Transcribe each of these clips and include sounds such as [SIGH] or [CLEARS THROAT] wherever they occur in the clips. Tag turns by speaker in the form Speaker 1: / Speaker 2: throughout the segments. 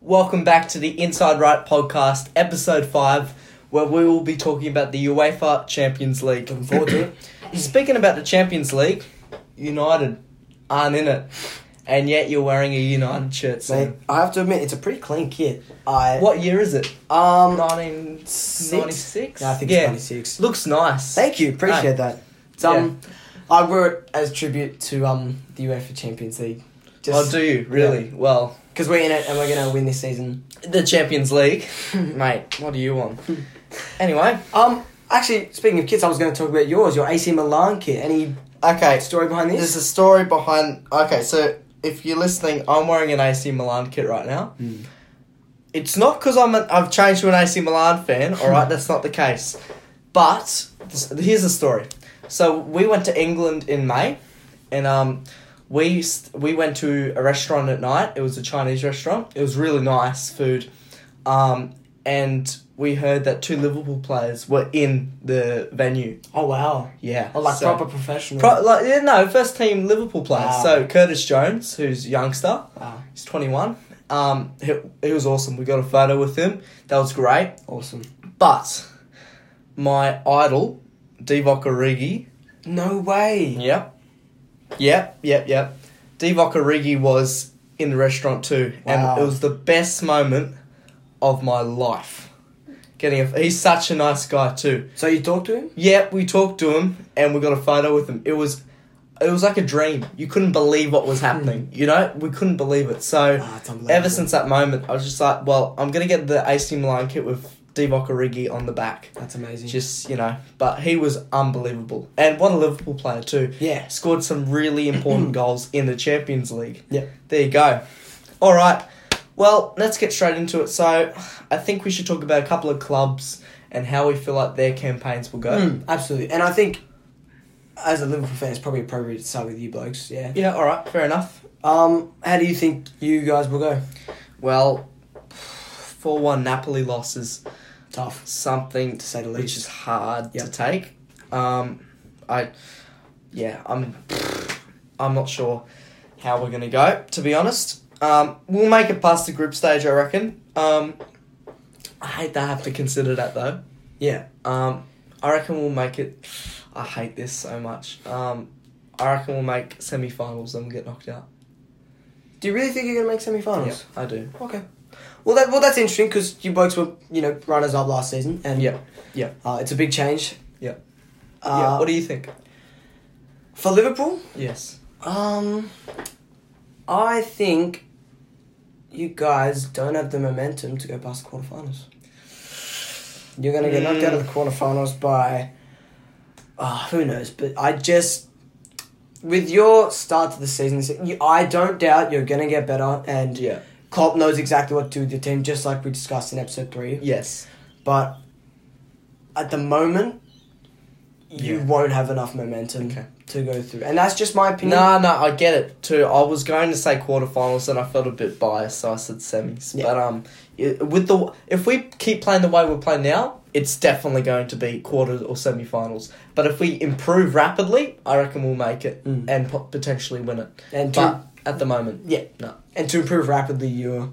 Speaker 1: Welcome back to the Inside Right podcast, episode 5, where we will be talking about the UEFA Champions League. Looking forward to it. [COUGHS] Speaking about the Champions League, United aren't in it, and yet you're wearing a United shirt. So,
Speaker 2: Mate, I have to admit, it's a pretty clean kit. I
Speaker 1: what year is it?
Speaker 2: um,
Speaker 1: 1996?
Speaker 2: Yeah, I think it's 96.
Speaker 1: Looks nice.
Speaker 2: Thank you, appreciate
Speaker 1: Um,
Speaker 2: that. It's, um, I wear it as tribute to um the UEFA Champions League.
Speaker 1: oh, do you? Really? Well,
Speaker 2: Because we're in it and we're gonna win this season.
Speaker 1: the Champions League. Mate, what do you want? Anyway.
Speaker 2: Um, actually, speaking of kits, I was gonna talk about yours, your AC Milan kit. Any
Speaker 1: Okay,
Speaker 2: story behind this?
Speaker 1: There's a story behind. Okay, so if you're listening, I'm wearing an AC Milan kit right now.
Speaker 2: Mm.
Speaker 1: It's not because I'm a, I've changed to an AC Milan fan. All right, that's not the case. But this, here's the story. So we went to England in May, and um, we used, we went to a restaurant at night. It was a Chinese restaurant. It was really nice food, um, and we heard that two Liverpool players were in the venue.
Speaker 2: Oh wow!
Speaker 1: Yeah,
Speaker 2: Oh, like
Speaker 1: so-
Speaker 2: proper professional.
Speaker 1: Pro- like yeah, no, first team Liverpool players.
Speaker 2: Wow.
Speaker 1: So Curtis Jones, who's youngster,
Speaker 2: wow,
Speaker 1: he's twenty one. Um, he, he was awesome. We got a photo with him. That was great.
Speaker 2: awesome.
Speaker 1: But my idol, Divock Origi.
Speaker 2: No way.
Speaker 1: Yep, yep, yep, yep. Divock Origi was in the restaurant too,
Speaker 2: Wow.
Speaker 1: and it was the best moment of my life. Getting a, he's such a nice guy too.
Speaker 2: So you talked to him?
Speaker 1: Yep, we talked to him and we got a photo with him. It was it was like a dream. You couldn't believe what was happening. You know, we couldn't believe it. So
Speaker 2: Hmm. Ah, it's unbelievable.
Speaker 1: ever since that moment, I was just like, well, I'm gonna get the AC Milan kit with Divock Origi on the back.
Speaker 2: That's amazing.
Speaker 1: Just you know, but he was unbelievable, and what a Liverpool player too.
Speaker 2: Yeah.
Speaker 1: scored some really
Speaker 2: [CLEARS THROAT]
Speaker 1: important goals in the Champions League.
Speaker 2: Yep.
Speaker 1: there you go. All right, well, let's get straight into it. So, I think we should talk about a couple of clubs and how we feel like their campaigns will go.
Speaker 2: Mm, absolutely. And I think, as a Liverpool fan, it's probably appropriate to start with you blokes. Yeah.
Speaker 1: Yeah, all right, fair enough.
Speaker 2: Um, how do you think you guys will go?
Speaker 1: Well, four one Napoli loss is
Speaker 2: Tough.
Speaker 1: something
Speaker 2: To say the
Speaker 1: which
Speaker 2: least.
Speaker 1: is hard to
Speaker 2: Yep.
Speaker 1: take. Um, I, yeah, I'm, I'm not sure how we're gonna go. To be honest, um, we'll make it past the group stage, I reckon. Um, I hate to have to consider that though.
Speaker 2: Yeah.
Speaker 1: Um, I reckon we'll make it. I hate this so much. Um, I reckon we'll make semi-finals and we'll get knocked out.
Speaker 2: Do you really think you're gonna make
Speaker 1: Yeah,
Speaker 2: semi-finals?
Speaker 1: I do.
Speaker 2: Okay. Well, that well that's interesting because you blokes were you know runners up last season and
Speaker 1: Yeah, yeah.
Speaker 2: uh, it's a big change.
Speaker 1: Yeah.
Speaker 2: Uh,
Speaker 1: yeah. What do you think?
Speaker 2: for Liverpool?
Speaker 1: Yes.
Speaker 2: Um, I think you guys don't have the momentum to go past the quarterfinals. You're gonna get knocked out
Speaker 1: Mm.
Speaker 2: of the quarterfinals by, uh, who knows? But I just, with your start to the season, you- I don't doubt you're gonna get better, and
Speaker 1: Yeah.
Speaker 2: Klopp knows exactly what to do with your team, just like we discussed in episode three.
Speaker 1: Yes.
Speaker 2: But at the moment, you
Speaker 1: Yeah.
Speaker 2: won't have enough momentum
Speaker 1: Okay.
Speaker 2: to go through, and that's just my opinion.
Speaker 1: No, no, I get it too. I was going to say quarterfinals, and I felt a bit biased, so I said semis.
Speaker 2: Yeah.
Speaker 1: But um, i- with the if we keep playing the way we're playing now, it's definitely going to be quarters or semifinals. But if we improve rapidly, I reckon we'll make it
Speaker 2: Mm.
Speaker 1: and po- potentially win it.
Speaker 2: And to,
Speaker 1: But at the moment,
Speaker 2: yeah,
Speaker 1: no.
Speaker 2: and to improve rapidly, you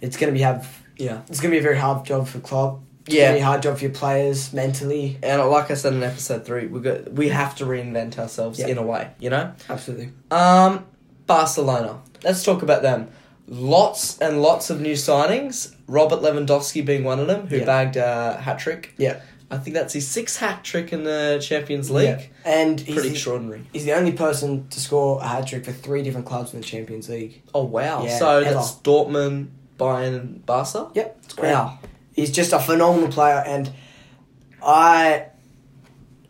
Speaker 2: it's gonna be have
Speaker 1: yeah,
Speaker 2: it's gonna be a very hard job for Klopp. It's gonna be a
Speaker 1: yeah.
Speaker 2: hard job for your players mentally.
Speaker 1: And like I said in episode three, we got we have to reinvent ourselves
Speaker 2: Yeah.
Speaker 1: in a way, you know.
Speaker 2: Absolutely.
Speaker 1: Um, Barcelona. Let's talk about them. Lots and lots of new signings. Robert Lewandowski being one of them, who
Speaker 2: Yeah.
Speaker 1: bagged a hat trick.
Speaker 2: Yeah.
Speaker 1: I think that's his sixth hat trick in the Champions League.
Speaker 2: And he's
Speaker 1: Pretty
Speaker 2: the,
Speaker 1: extraordinary.
Speaker 2: he's the only person to score a hat trick for three different clubs in the Champions League.
Speaker 1: Oh wow!
Speaker 2: Yeah,
Speaker 1: so
Speaker 2: ever.
Speaker 1: that's Dortmund, Bayern, and Barca.
Speaker 2: Yep, it's
Speaker 1: great.
Speaker 2: Wow. He's just a phenomenal player, and I.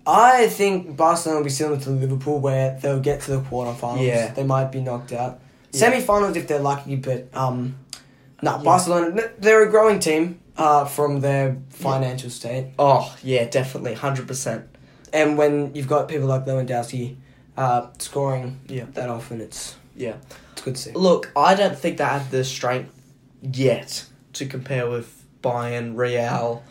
Speaker 2: I think Barcelona will be similar to Liverpool, where they'll get to the quarterfinals.
Speaker 1: Yeah.
Speaker 2: they might be knocked out.
Speaker 1: Yeah.
Speaker 2: Semi-finals if they're lucky, but um, no,
Speaker 1: Yeah.
Speaker 2: Barcelona. They're a growing team uh, from their financial state,
Speaker 1: Oh yeah, definitely, hundred percent.
Speaker 2: and when you've got people like Lewandowski uh, scoring
Speaker 1: Yeah.
Speaker 2: that often, it's
Speaker 1: Yeah.
Speaker 2: it's good to see.
Speaker 1: Look, I don't think they have the strength yet to compare with Bayern, Real,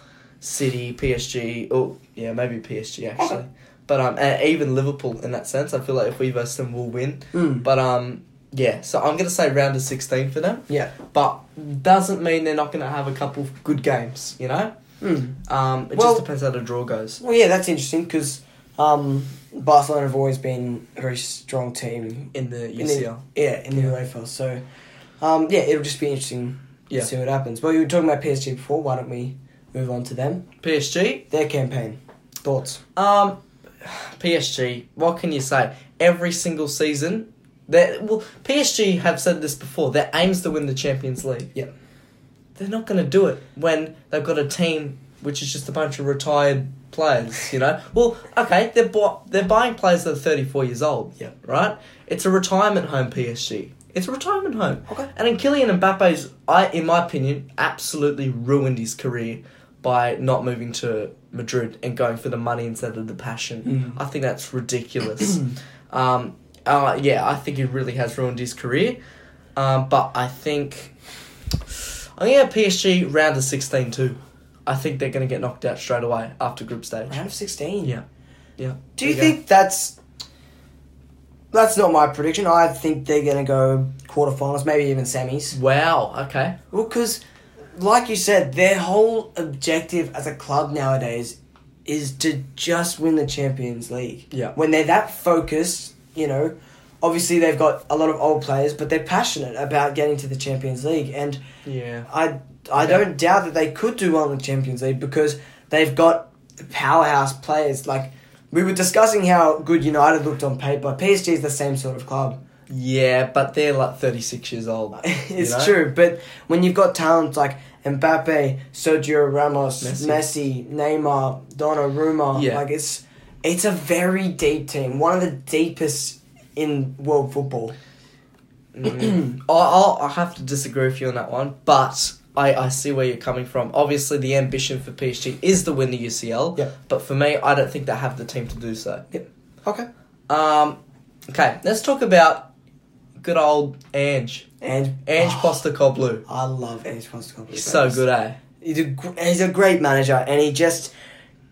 Speaker 1: City, PSG. Oh, yeah, maybe PSG e, actually. But um, and even Liverpool in that sense, I feel like if we verse them, we'll win.
Speaker 2: Mm.
Speaker 1: But um, Yeah, so I'm gonna say round of sixteen for them,
Speaker 2: Yeah.
Speaker 1: but doesn't mean they're not gonna have a couple of good games. You know,
Speaker 2: Mm.
Speaker 1: um, it
Speaker 2: Well-
Speaker 1: just depends how the draw goes.
Speaker 2: Well, yeah, that's interesting because um, Barcelona have always been a very strong team.
Speaker 1: In the E
Speaker 2: In the-
Speaker 1: UCL,
Speaker 2: Yeah, in the
Speaker 1: Yeah.
Speaker 2: UEFA. So, um, yeah, it'll just be interesting
Speaker 1: Yeah.
Speaker 2: to see what happens. Well, you were talking about PSG before. Why don't we move on to them?
Speaker 1: PSG,
Speaker 2: Their campaign. Thoughts?
Speaker 1: um, PSG. What can you say? Every single season, they well, PSG have said this before. Their aims to win the Champions League.
Speaker 2: Yeah.
Speaker 1: they're not gonna do it when they've got a team which is just a bunch of retired players. You know, well, okay, they're bu- they're buying players that are thirty four years old.
Speaker 2: Yeah.
Speaker 1: right? It's a retirement home, PSG. It's a retirement home.
Speaker 2: Okay.
Speaker 1: And then Kylian Mbappe's, I in my opinion, absolutely ruined his career by not moving to Madrid and going for the money instead of the passion. I think that's ridiculous. um, uh, yeah, I think he really has ruined his career. Um, but I think I'm gonna have PSG round of sixteen too. I think they're gonna get knocked out straight away after group stage.
Speaker 2: Round of sixteen.
Speaker 1: Yeah. Yeah.
Speaker 2: Do
Speaker 1: There
Speaker 2: you
Speaker 1: go.
Speaker 2: think that's that's not my prediction? I think they're gonna go quarterfinals, maybe even semis.
Speaker 1: Wow, okay.
Speaker 2: Well, because like you said, their whole objective as a club nowadays is to just win the Champions League.
Speaker 1: Yeah.
Speaker 2: When they're that focused, you know, obviously they've got a lot of old players, but they're passionate about getting to the Champions League, and
Speaker 1: Yeah.
Speaker 2: I I don't doubt that they could do well in the Champions League because they've got powerhouse players. Like we were discussing how good United looked on paper. PSG is the same sort of club.
Speaker 1: Yeah, but they're like 36 years old. you
Speaker 2: [LAUGHS] it's
Speaker 1: know?
Speaker 2: true, but when you've got talents like Mbappe, Sergio Ramos,
Speaker 1: Messi.
Speaker 2: Messi, Neymar, Donnarumma,
Speaker 1: Yeah.
Speaker 2: like it's it's a very deep team, one of the deepest in world football.
Speaker 1: Mm. [CLEARS THROAT] I- I'll, I'll have to disagree with you on that one, but I, I see where you're coming from. Obviously, the ambition for PSG is to win the UCL,
Speaker 2: Yeah.
Speaker 1: but for me, I don't think they have the team to do so.
Speaker 2: Okay.
Speaker 1: Um, okay, let's talk about good old Ange.
Speaker 2: And
Speaker 1: Ange
Speaker 2: Oh,
Speaker 1: Postecoglou.
Speaker 2: I love Ange Postecoglou.
Speaker 1: He's so good, eh?
Speaker 2: He's a gr- he's a great manager, and he just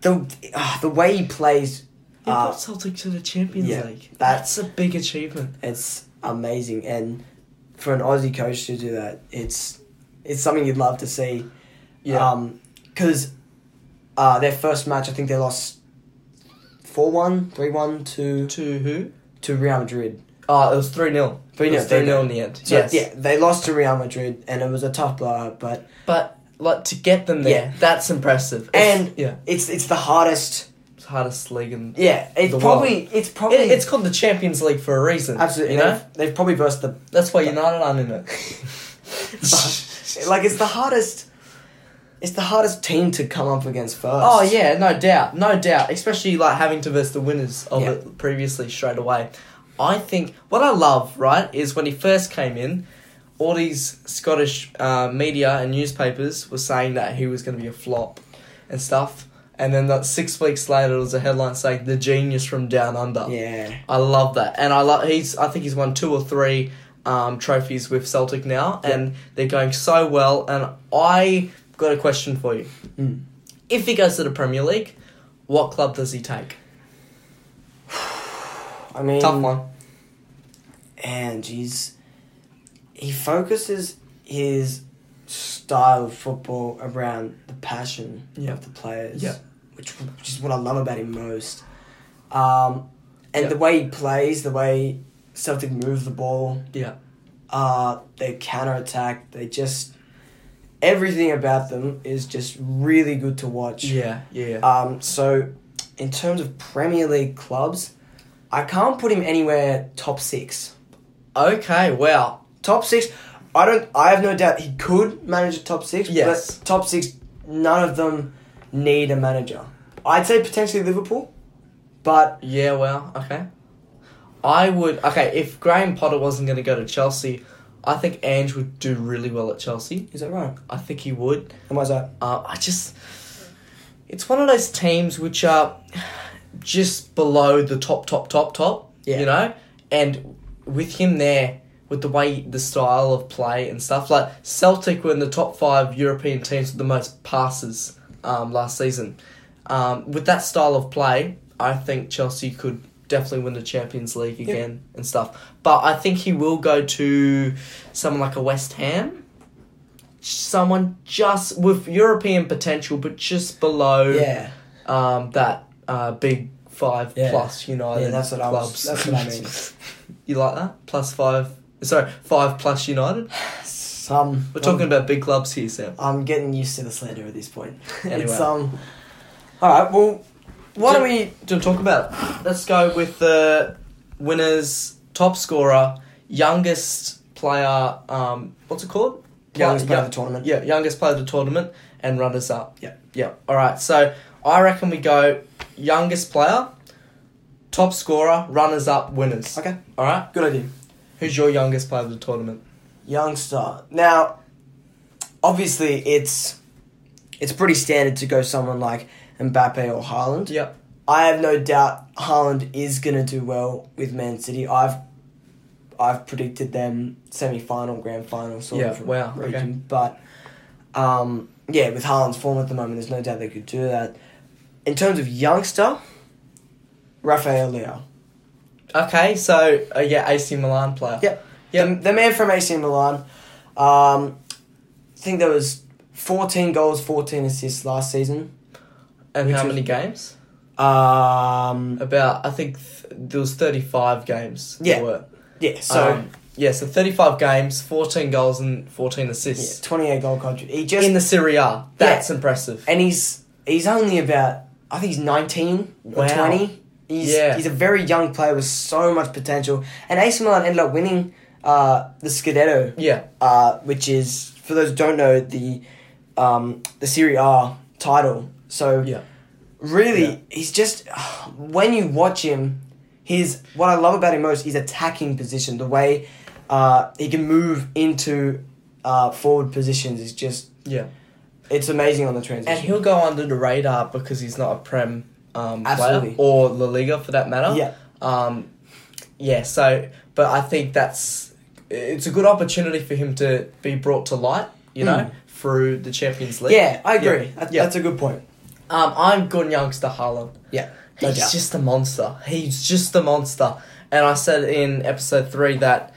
Speaker 2: the ah, the way he plays,
Speaker 1: He
Speaker 2: uh,
Speaker 1: brought Celtic to the Champions
Speaker 2: yeah,
Speaker 1: League.
Speaker 2: that's-
Speaker 1: That's a big achievement.
Speaker 2: it's amazing. And for an Aussie coach to do that, it's it's something you'd love to see.
Speaker 1: Yeah.
Speaker 2: because Um, uh, their first match, I think they lost 4-1, 3-1 to
Speaker 1: to who?
Speaker 2: to Real Madrid.
Speaker 1: Oh, it was 3 0.
Speaker 2: 3-0,
Speaker 1: 3 0
Speaker 2: 3-0.
Speaker 1: in the end.
Speaker 2: So,
Speaker 1: yes.
Speaker 2: yeah, they lost to Real Madrid, and it was a tough blowout, but
Speaker 1: But like to get them there,
Speaker 2: Yeah.
Speaker 1: that's impressive. It's-
Speaker 2: And-
Speaker 1: yeah,
Speaker 2: it's it's the hardest.
Speaker 1: it's the hardest league in.
Speaker 2: Yeah, it's
Speaker 1: The
Speaker 2: probably it's probably
Speaker 1: It- it's called the Champions League for a reason.
Speaker 2: absolutely.
Speaker 1: you know
Speaker 2: They've, they've probably versed the
Speaker 1: that's why United aren't [LAUGHS] in it.
Speaker 2: like it's the hardest it's the hardest team to come up against first
Speaker 1: oh yeah, no doubt, no doubt. Especially like having to verse the winners of
Speaker 2: Yeah.
Speaker 1: it previously straight away. I think what I love right is when he first came in, all these Scottish uh, media and newspapers were saying that he was going to be a flop and stuff. And then that six weeks later, there was a headline saying the genius from down under.
Speaker 2: yeah
Speaker 1: I love that, and I love he's. I think he's won two or three um, trophies with Celtic now, and they're going so well. And I got a question for you:
Speaker 2: Mm.
Speaker 1: If he goes to the Premier League, what club does he take?
Speaker 2: i mean
Speaker 1: Tough one.
Speaker 2: and he's he focuses his style of football around the passion
Speaker 1: Yeah.
Speaker 2: of the players
Speaker 1: Yeah.
Speaker 2: which, which is what i love about him most um, and
Speaker 1: Yeah.
Speaker 2: the way he plays the way celtic move the ball
Speaker 1: Yeah,
Speaker 2: uh, they counter attack. They just everything about them is just really good to watch.
Speaker 1: yeah, yeah.
Speaker 2: Um, so in terms of Premier League clubs, I can't put him anywhere top six.
Speaker 1: okay, wow.
Speaker 2: Top six, I don't. I have no doubt he could manage a top six.
Speaker 1: Yes.
Speaker 2: But top six, none of them need a manager. I'd say potentially Liverpool, but
Speaker 1: Yeah, wow. Okay. I would okay if Graham Potter wasn't going to go to Chelsea. I think Ange would do really well at Chelsea.
Speaker 2: is that right?
Speaker 1: I think he would.
Speaker 2: Am I that?
Speaker 1: Uh, I just, it's one of those teams which are just below the top, top, top, top.
Speaker 2: Yeah.
Speaker 1: You know, and with him there, with the way the style of play and stuff, like Celtic were in the top five European teams with the most passes um, last season. Um, with that style of play, I think Chelsea could definitely win the Champions League again and stuff. But I think he will go to someone like a West Ham, someone just with European potential, but just below
Speaker 2: Yeah,
Speaker 1: um, that uh, big five
Speaker 2: Yeah.
Speaker 1: plus United.
Speaker 2: yeah, that's what I was.
Speaker 1: clubs.
Speaker 2: That's what I mean.
Speaker 1: [LAUGHS] you like that? Plus five. Sorry, five plus United.
Speaker 2: Some
Speaker 1: We're talking about big clubs here, Sam.
Speaker 2: I'm getting used to the slander at this point. [LAUGHS]
Speaker 1: Anyway.
Speaker 2: it's um. All right. Well, why don't we?
Speaker 1: Do you want to talk about? it? Let's go with the winners, top scorer, youngest player. Um, what's it called?
Speaker 2: Yeah, let's
Speaker 1: Young-
Speaker 2: play
Speaker 1: young-
Speaker 2: the tournament.
Speaker 1: Yeah, youngest player of the tournament and runners up.
Speaker 2: Yep.
Speaker 1: Yep. All right. So I reckon we go youngest player, top scorer, runners up, winners.
Speaker 2: Okay.
Speaker 1: All right.
Speaker 2: Good idea.
Speaker 1: Who's your youngest player of the tournament?
Speaker 2: Youngster. Now, obviously, it's it's pretty standard to go someone like Mbappe or Haaland.
Speaker 1: Yep.
Speaker 2: I have no doubt Haaland is gonna do well with Man City. I've I've predicted them semi final, grand final sort
Speaker 1: Yeah,
Speaker 2: of
Speaker 1: wow, okay.
Speaker 2: region. But um, yeah, with Haaland's form at the moment, there's no doubt they could do that. In terms of youngster, Rafael Leo.
Speaker 1: Okay. So uh, yeah, AC Milan player.
Speaker 2: Yep.
Speaker 1: Yep.
Speaker 2: The, the man from AC Milan. Um, I think there was 14 goals, 14 assists last season.
Speaker 1: and
Speaker 2: Which
Speaker 1: how
Speaker 2: is-
Speaker 1: many games?
Speaker 2: Um,
Speaker 1: About I think th- there was thirty five games. there
Speaker 2: Yeah.
Speaker 1: were.
Speaker 2: yeah, so
Speaker 1: Um, yeah, so 35 games, 14 goals and 14
Speaker 2: yeah,
Speaker 1: assists
Speaker 2: 28 goal contribution. He just
Speaker 1: in the Serie A. That's impressive.
Speaker 2: and he's he's only about I think he's nineteen
Speaker 1: Wow.
Speaker 2: or twenty. He's
Speaker 1: Yeah.
Speaker 2: he's a very young player with so much potential. And AC Milan ended up winning uh, the Scudetto,
Speaker 1: Yeah,
Speaker 2: uh, which is for those who don't know the um, the Serie A title. So
Speaker 1: yeah,
Speaker 2: really,
Speaker 1: Yeah.
Speaker 2: he's just when you watch him, his what I love about him most is attacking position. The way uh, he can move into uh, forward positions is just
Speaker 1: yeah.
Speaker 2: it's amazing on the transition.
Speaker 1: And he'll go under the radar because he's not a Prem um, player
Speaker 2: Absolutely.
Speaker 1: or La Liga for that matter.
Speaker 2: Yeah.
Speaker 1: Um, yeah, so, but I think that's, it's a good opportunity for him to be brought to light, you know, through the Champions League.
Speaker 2: Yeah, I agree.
Speaker 1: Hmm. Yeah.
Speaker 2: That-
Speaker 1: Yeah.
Speaker 2: That's a good point.
Speaker 1: Um, I'm good youngster Haaland.
Speaker 2: Yeah. No
Speaker 1: He's
Speaker 2: doubt.
Speaker 1: just a monster. He's just a monster. And I said in episode three that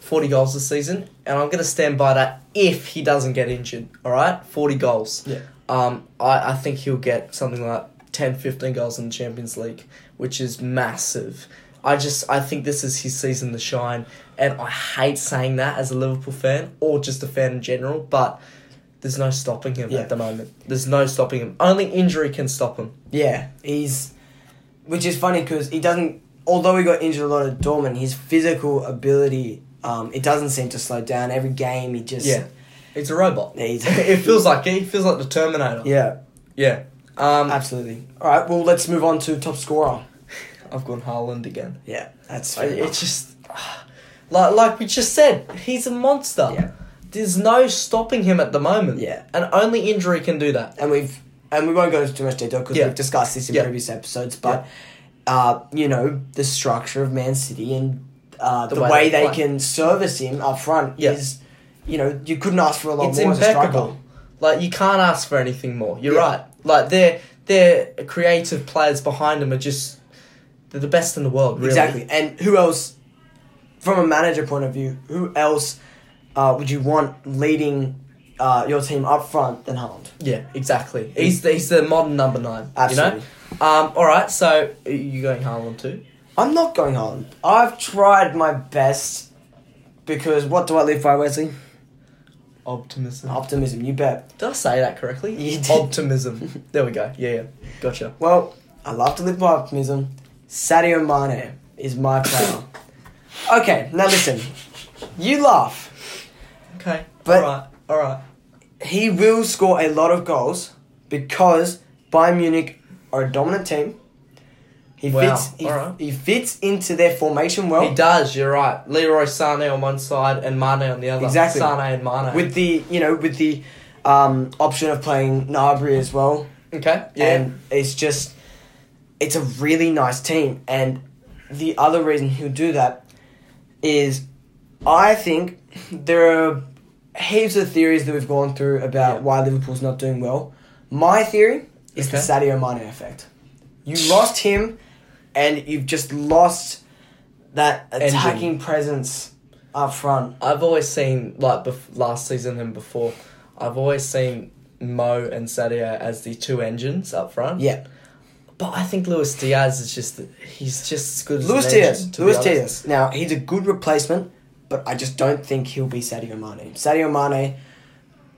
Speaker 1: 40 goals this season, and I'm going to stand by that if he doesn't get injured. All right? 40 goals.
Speaker 2: Yeah.
Speaker 1: Um, I, I think he'll get something like 10, 15 goals in the Champions League, which is massive. I just I think this is his season to shine, and I hate saying that as a Liverpool fan or just a fan in general, but there's no stopping him
Speaker 2: Yeah.
Speaker 1: at the moment. There's no stopping him. Only injury can stop him.
Speaker 2: Yeah, he's. Which is funny because he doesn't. Although he got injured a lot at Dortmund, his physical ability, um, it doesn't seem to slow down. Every game, he just.
Speaker 1: Yeah. It's a robot. [LAUGHS]
Speaker 2: Yeah, he's-
Speaker 1: it feels like it. It feels like the Terminator.
Speaker 2: Yeah, Uh,
Speaker 1: Yeah. Um,
Speaker 2: absolutely. All right, well, let's move on to top scorer.
Speaker 1: I've gone Haaland again.
Speaker 2: Yeah, that's.
Speaker 1: I-
Speaker 2: fair enough.
Speaker 1: Uh, It's just [SIGHS] like like we just said, he's a monster.
Speaker 2: Yeah.
Speaker 1: There's no stopping him at the moment.
Speaker 2: Yeah.
Speaker 1: And only injury can do that.
Speaker 2: and we've and we won't go into too much detail because
Speaker 1: Yeah.
Speaker 2: we've discussed this in
Speaker 1: Yeah.
Speaker 2: previous episodes. But uh, you know the structure of Man City and uh, the,
Speaker 1: way
Speaker 2: way,
Speaker 1: they
Speaker 2: they,
Speaker 1: play.
Speaker 2: can service him up front
Speaker 1: Yeah.
Speaker 2: is, you know, you couldn't ask for a lot
Speaker 1: It's
Speaker 2: more as a
Speaker 1: impeccable.
Speaker 2: striker.
Speaker 1: Like you can't ask for anything more. You're
Speaker 2: Yeah.
Speaker 1: right. Like their their creative players behind him are just they're the best in the world. Really.
Speaker 2: Exactly. And who else, from a manager point of view, who else uh, would you want leading uh, your team up front than Haaland?
Speaker 1: Yeah. Exactly. He's the, he's the modern number nine.
Speaker 2: Absolutely.
Speaker 1: You know. Um. All right. So are you going Haaland too?
Speaker 2: I'm not going Haaland. I've tried my best because what do I live by, Wesley?
Speaker 1: Optimism.
Speaker 2: Optimism. You bet.
Speaker 1: Did I say that correctly?
Speaker 2: You did. [LAUGHS]
Speaker 1: Optimism. there we go. Yeah, yeah. Gotcha.
Speaker 2: Well, I love to live by optimism. Sadio Mane is my player. okay, now listen. You laugh.
Speaker 1: Okay.
Speaker 2: But-
Speaker 1: all right. All right.
Speaker 2: He will score a lot of goals because Bayern Munich are a dominant team. He
Speaker 1: Wow,
Speaker 2: fits. He,
Speaker 1: alright.
Speaker 2: he fits into their formation well.
Speaker 1: He does. You're right. Leroy Sane on one side and Mane on the other.
Speaker 2: Exactly.
Speaker 1: Sane and Mane.
Speaker 2: With the you know with the um, option of playing Nabry as well.
Speaker 1: okay. Yeah.
Speaker 2: And it's just, it's a really nice team. And the other reason he'll do that is I think there are heaps of theories that we've gone through about
Speaker 1: Yeah.
Speaker 2: why Liverpool's not doing well. My theory is the
Speaker 1: Okay.
Speaker 2: Sadio Mane effect. You lost him, and you've just lost that
Speaker 1: Engine.
Speaker 2: attacking presence up front.
Speaker 1: I've always seen like bef- last season and before. I've always seen Mo and Sadio as the two engines up front.
Speaker 2: Yeah,
Speaker 1: but I think Luis Diaz is just he's just as good as
Speaker 2: Luis
Speaker 1: an engine,
Speaker 2: Diaz.
Speaker 1: to be
Speaker 2: Luis
Speaker 1: honest.
Speaker 2: Diaz. Now he's a good replacement, but I just don't think he'll be Sadio Mane. Sadio Mane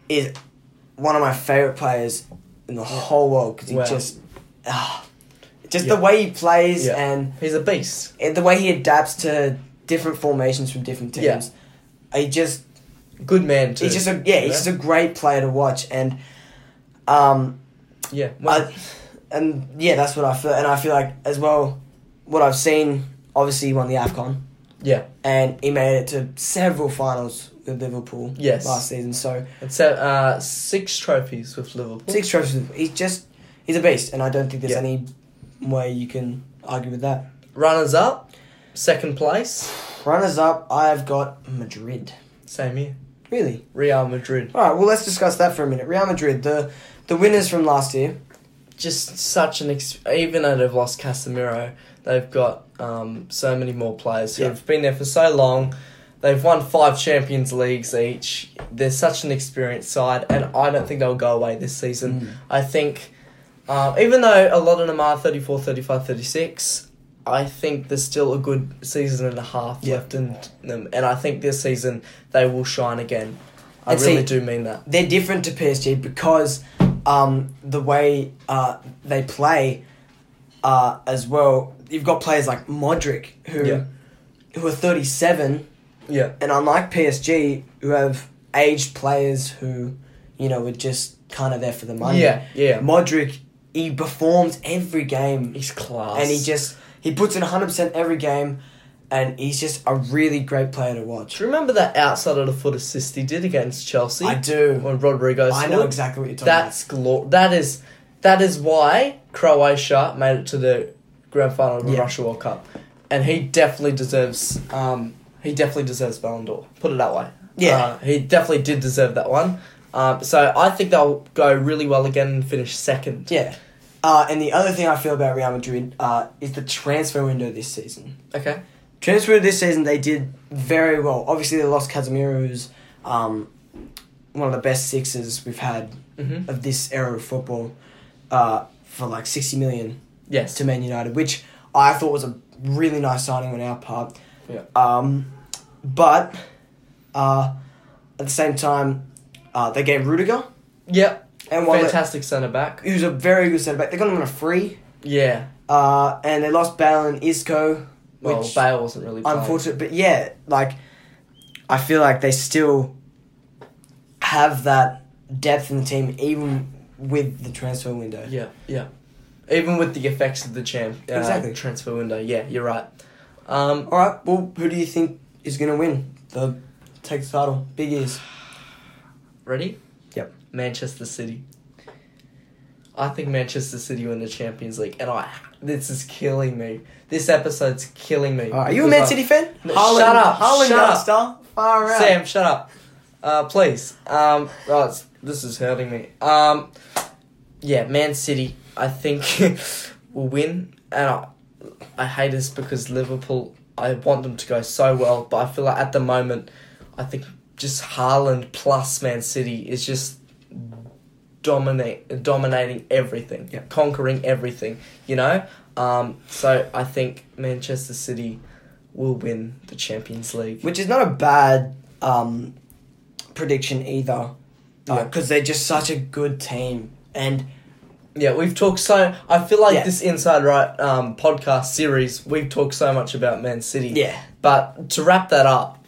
Speaker 2: is one of my favorite players in the whole world because he
Speaker 1: Wow.
Speaker 2: just, ah, just
Speaker 1: Yeah.
Speaker 2: the way he plays
Speaker 1: Yeah.
Speaker 2: and
Speaker 1: He's a beast.
Speaker 2: and the way he adapts to different formations from different
Speaker 1: Yeah.
Speaker 2: teams. He just
Speaker 1: Good man too.
Speaker 2: he's just a yeah, he's just a great player to watch and um
Speaker 1: yeah.
Speaker 2: I, and yeah, that's what I feel and I feel like as well what I've seen obviously he won the AFCON
Speaker 1: yeah.
Speaker 2: and he made it to several finals with Liverpool
Speaker 1: Yes.
Speaker 2: last season. So
Speaker 1: It's uh, uh, six trophies with Liverpool.
Speaker 2: six trophies with- he's just he's a beast and I don't think there's
Speaker 1: Yeah.
Speaker 2: any way you can argue with that.
Speaker 1: Runners up, second place.
Speaker 2: Runners up, I've got Madrid.
Speaker 1: Same here.
Speaker 2: Really?
Speaker 1: Real Madrid.
Speaker 2: All right, well, let's discuss that for a minute. Real Madrid, the the winners from last year.
Speaker 1: Just such an ex- even though they've lost Casemiro, they've got um, so many more players who
Speaker 2: Yeah.
Speaker 1: have been there for so long. They've won five Champions Leagues each. They're such an experienced side, and I don't think they'll go away this season.
Speaker 2: Mm.
Speaker 1: I think, um, even though a lot of them are 34, 35, 36, I think there's still a good season and a half
Speaker 2: Yeah.
Speaker 1: left in them. And I think this season they will shine again. I
Speaker 2: And see-
Speaker 1: really do mean that.
Speaker 2: They're different to PSG because um, the way uh, they play uh, as well. You've got players like Modric who
Speaker 1: Yeah.
Speaker 2: who are thirty seven,
Speaker 1: Yeah.
Speaker 2: and unlike PSG, who have aged players who you know were just kind of there for the money.
Speaker 1: Yeah. Yeah.
Speaker 2: Modric, he performs every game.
Speaker 1: He's class.
Speaker 2: and he just he puts in 100% every game and he's just a really great player to watch
Speaker 1: Do you remember that outside of the foot assist he did against Chelsea?
Speaker 2: i do
Speaker 1: When Rodrigo
Speaker 2: i know
Speaker 1: scored?
Speaker 2: exactly what you're talking
Speaker 1: That's glor- That is, that is why Croatia made it to the grand final of the
Speaker 2: Yeah.
Speaker 1: Russia World Cup, and he definitely deserves. Um, he definitely deserves Ballon d'Or. Put it that way.
Speaker 2: Yeah.
Speaker 1: Uh, he definitely did deserve that one. Um, so I think they'll go really well again and finish second.
Speaker 2: about yeah uh, and the other thing i feel about real madrid uh, is the transfer window this season
Speaker 1: Okay.
Speaker 2: transfer window this season they did very well obviously they lost casemiro who's um, one of the best sixes we've had
Speaker 1: Mm-hmm.
Speaker 2: of this era of football uh, for like 60 million
Speaker 1: Yes.
Speaker 2: to Man United, which I thought was a really nice signing on our part.
Speaker 1: Yeah.
Speaker 2: Um, but uh, at the same time, uh, they gave Rudiger
Speaker 1: Yep.
Speaker 2: and one that-
Speaker 1: Fantastic centre back.
Speaker 2: who's a very good centre back. They got him on a free,
Speaker 1: Yeah.
Speaker 2: uh, and they lost Bale and Isco,
Speaker 1: Well,
Speaker 2: which
Speaker 1: Bale wasn't really. playing.
Speaker 2: unfortunate. But yeah, like I feel like they still have that depth in the team, even with the transfer window.
Speaker 1: Yeah, yeah. Even with the effects of the champ uh,
Speaker 2: Exactly.
Speaker 1: transfer window, yeah, you're right. Um,
Speaker 2: All right. Well, who do you think is going to win the take the title? Big ears.
Speaker 1: ready?
Speaker 2: Yep.
Speaker 1: Manchester City. I think Manchester City win the Champions League, and I this is killing me. This episode's killing me.
Speaker 2: Alright, Uh, are you a
Speaker 1: because
Speaker 2: Man
Speaker 1: I-
Speaker 2: City fan?
Speaker 1: No, shut up, shut
Speaker 2: young
Speaker 1: up.
Speaker 2: star. Far out.
Speaker 1: Sam, shut up, uh, please. Um, oh, it's, this is hurting me. Um, yeah, Man City. I think [LAUGHS] will win, and I, I hate this because Liverpool. I want them to go so well, but I feel like at the moment, I think just Haaland plus Man City is just dominate dominating everything,
Speaker 2: Yeah.
Speaker 1: conquering everything. You know, um, so I think Manchester City will win the Champions League.
Speaker 2: Which is not a bad um, prediction either,
Speaker 1: Yeah.
Speaker 2: because they're just such a good team. And
Speaker 1: Yeah, we've talked so. I feel like
Speaker 2: Yeah.
Speaker 1: this Inside Right um, podcast series, we've talked so much about Man City.
Speaker 2: yeah,
Speaker 1: But to wrap that up,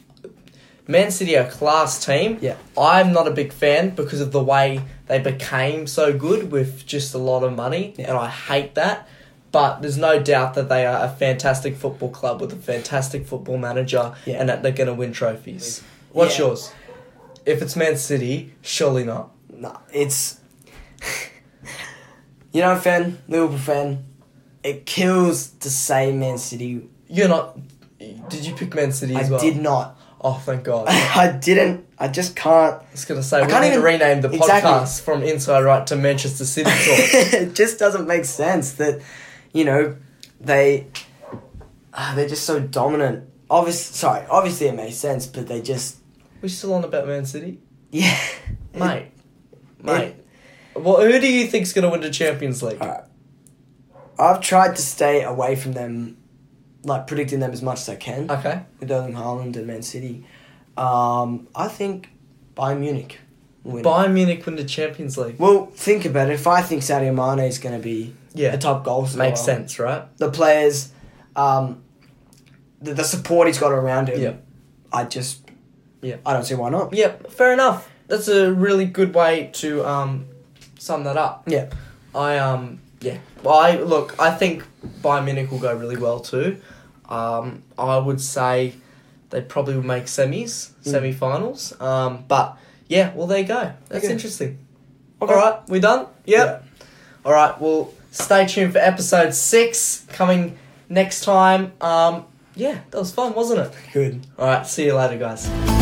Speaker 1: Man City are a class team.
Speaker 2: Yeah.
Speaker 1: I'm not a big fan because of the way they became so good with just a lot of money,
Speaker 2: Yeah.
Speaker 1: and I hate that. But there's no doubt that they are a fantastic football club with a fantastic football manager,
Speaker 2: Yeah.
Speaker 1: and that they're going to win trophies. What's
Speaker 2: Yeah.
Speaker 1: yours? If it's Man City, surely not.
Speaker 2: nah, it's [LAUGHS] you know, fan Liverpool fan. It kills to say Man City.
Speaker 1: You're not. Did you pick Man City as
Speaker 2: I
Speaker 1: well?
Speaker 2: did not. [LAUGHS]
Speaker 1: Oh, thank God. I
Speaker 2: I didn't. I just can't.
Speaker 1: was going to say, we
Speaker 2: can't
Speaker 1: need to
Speaker 2: even-
Speaker 1: rename the
Speaker 2: Exactly.
Speaker 1: podcast from
Speaker 2: [LAUGHS]
Speaker 1: Inside Right to Manchester City Talk.
Speaker 2: it just doesn't make sense that you know they ah, they're just so dominant. Obviously, sorry, obviously it makes sense, but they just [LAUGHS]
Speaker 1: We're still on about Man City,
Speaker 2: yeah,
Speaker 1: mate. mate, well, who do you think's gonna win the Champions League?
Speaker 2: Alright. I've tried to stay away from them, like predicting them as much as I can
Speaker 1: Okay,
Speaker 2: with Erling Haaland and Man City. Um, I think Bayern Munich. will Win.
Speaker 1: Bayern Munich win the Champions League.
Speaker 2: well, think about it. If I think Sadio Mane is going to be
Speaker 1: Yeah,
Speaker 2: the top goal scorer,
Speaker 1: makes sense, right?
Speaker 2: The players, um, the, the support he's got around him.
Speaker 1: Yeah.
Speaker 2: I just,
Speaker 1: Yeah.
Speaker 2: I don't see why not.
Speaker 1: Yeah, fair enough. That's a really good way to um, sum that up.
Speaker 2: Yeah.
Speaker 1: I um yeah. Well, I look. I think Bayern Munich will go really well too. Um, I would say they probably will make semis,
Speaker 2: Mm.
Speaker 1: semi-finals. Um, but yeah, well there you go. That's
Speaker 2: Okay.
Speaker 1: interesting.
Speaker 2: Okay.
Speaker 1: All right, we done. Yep. All right. Well, stay tuned for episode six coming next time. Um, yeah, that was fun, wasn't it?
Speaker 2: Good.
Speaker 1: All right. See you later, guys.